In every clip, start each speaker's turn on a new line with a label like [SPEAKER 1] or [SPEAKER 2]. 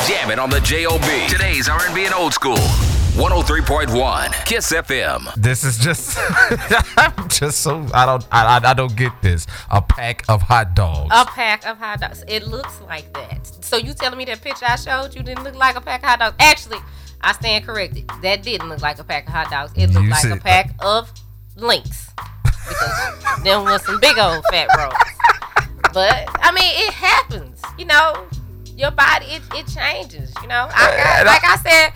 [SPEAKER 1] Hammond on the JOB. Today's R&B and Old School. 103.1 Kiss FM.
[SPEAKER 2] This is just, I'm just so I don't I, I I don't get this. A pack of hot dogs.
[SPEAKER 3] A pack of hot dogs. It looks like that. So you telling me that picture I showed you didn't look like a pack of hot dogs? Actually, I stand corrected. That didn't look like a pack of hot dogs. It looked
[SPEAKER 2] You
[SPEAKER 3] like a
[SPEAKER 2] said- uh,
[SPEAKER 3] pack of links because them was some big old fat rolls. But I mean, it happens. You know, your body it, it changes. You know, I got,
[SPEAKER 2] And I-
[SPEAKER 3] like I said,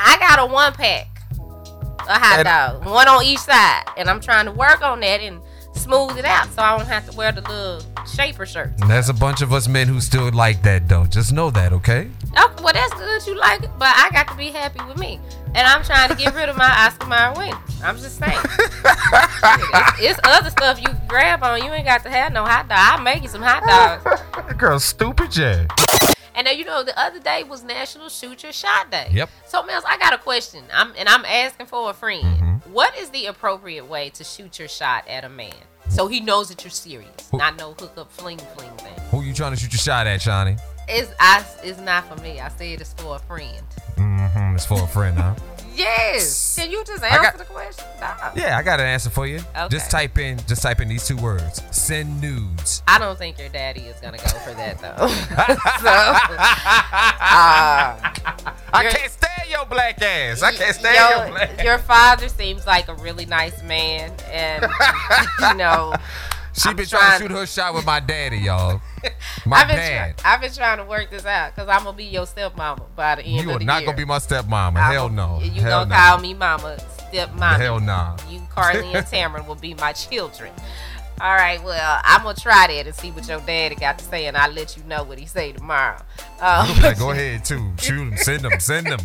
[SPEAKER 3] I got a one pack a hot
[SPEAKER 2] And-
[SPEAKER 3] dog, one on each side, and I'm trying to work on that and smooth it out so I don't have to wear the little shaper shirt.
[SPEAKER 2] And There's a bunch of us men who still like that though. Just know that, okay?
[SPEAKER 3] Oh, well, that's good you like it, but I got to be happy with me. And I'm trying to get rid of my Oscar Mayer winners. I'm just saying. It's- it's other stuff you can grab on. You ain't got to have no hot dog. I'll make you some hot dogs.
[SPEAKER 2] Girl, stupid Jay.
[SPEAKER 3] And then, you know, the other day was National Shoot Your Shot Day.
[SPEAKER 2] Yep.
[SPEAKER 3] So, Mills, I got a question. I'm And I'm asking for a friend.
[SPEAKER 2] Mm-hmm.
[SPEAKER 3] What is the appropriate way to shoot your shot at a man? So he knows that you're serious,
[SPEAKER 2] Who-
[SPEAKER 3] not no hookup fling fling thing.
[SPEAKER 2] Who you trying to shoot your shot at, Shawnee?
[SPEAKER 3] It's, I, it's not for me. I said it's for a friend.
[SPEAKER 2] Mm-hmm. It's for a friend, huh?
[SPEAKER 3] Yes. Can you just answer
[SPEAKER 2] got-
[SPEAKER 3] the question? No.
[SPEAKER 2] yeah, I got an answer for you.
[SPEAKER 3] Okay.
[SPEAKER 2] Just type in, just type in these two words: send nudes.
[SPEAKER 3] I don't think your daddy is gonna go for that though. so, uh,
[SPEAKER 2] I
[SPEAKER 3] You're-
[SPEAKER 2] can't stand your black ass. I can't stand
[SPEAKER 3] your-
[SPEAKER 2] your black.
[SPEAKER 3] Your father seems like a really nice man, and you know,
[SPEAKER 2] She
[SPEAKER 3] I'm
[SPEAKER 2] been trying to
[SPEAKER 3] trying-
[SPEAKER 2] shoot her shot with my daddy, y'all. My
[SPEAKER 3] I've been
[SPEAKER 2] dad.
[SPEAKER 3] try- I've been trying to work this out because I'm gonna be your stepmama by the end
[SPEAKER 2] You
[SPEAKER 3] of
[SPEAKER 2] are
[SPEAKER 3] the
[SPEAKER 2] not
[SPEAKER 3] year.
[SPEAKER 2] gonna be my stepmama.
[SPEAKER 3] I'm
[SPEAKER 2] Hell no.
[SPEAKER 3] gonna- You
[SPEAKER 2] Hell
[SPEAKER 3] gonna
[SPEAKER 2] no.
[SPEAKER 3] call me mama, stepmama.
[SPEAKER 2] Hell nah.
[SPEAKER 3] You, Carly, and Tamron will be my children. All right, well, I'm gonna try that and see what your daddy got to say, and I'll let you know what he say tomorrow. Um,
[SPEAKER 2] Like, go ahead too. Shoot him. Send him. Send him.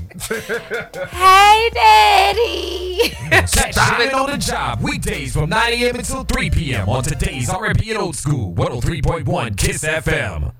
[SPEAKER 3] hey, daddy.
[SPEAKER 4] Catch Diamond on the job weekdays
[SPEAKER 2] oh
[SPEAKER 4] from 9 a.m. until 3 p.m. on today's R&B and Old School 103.1 Kiss FM.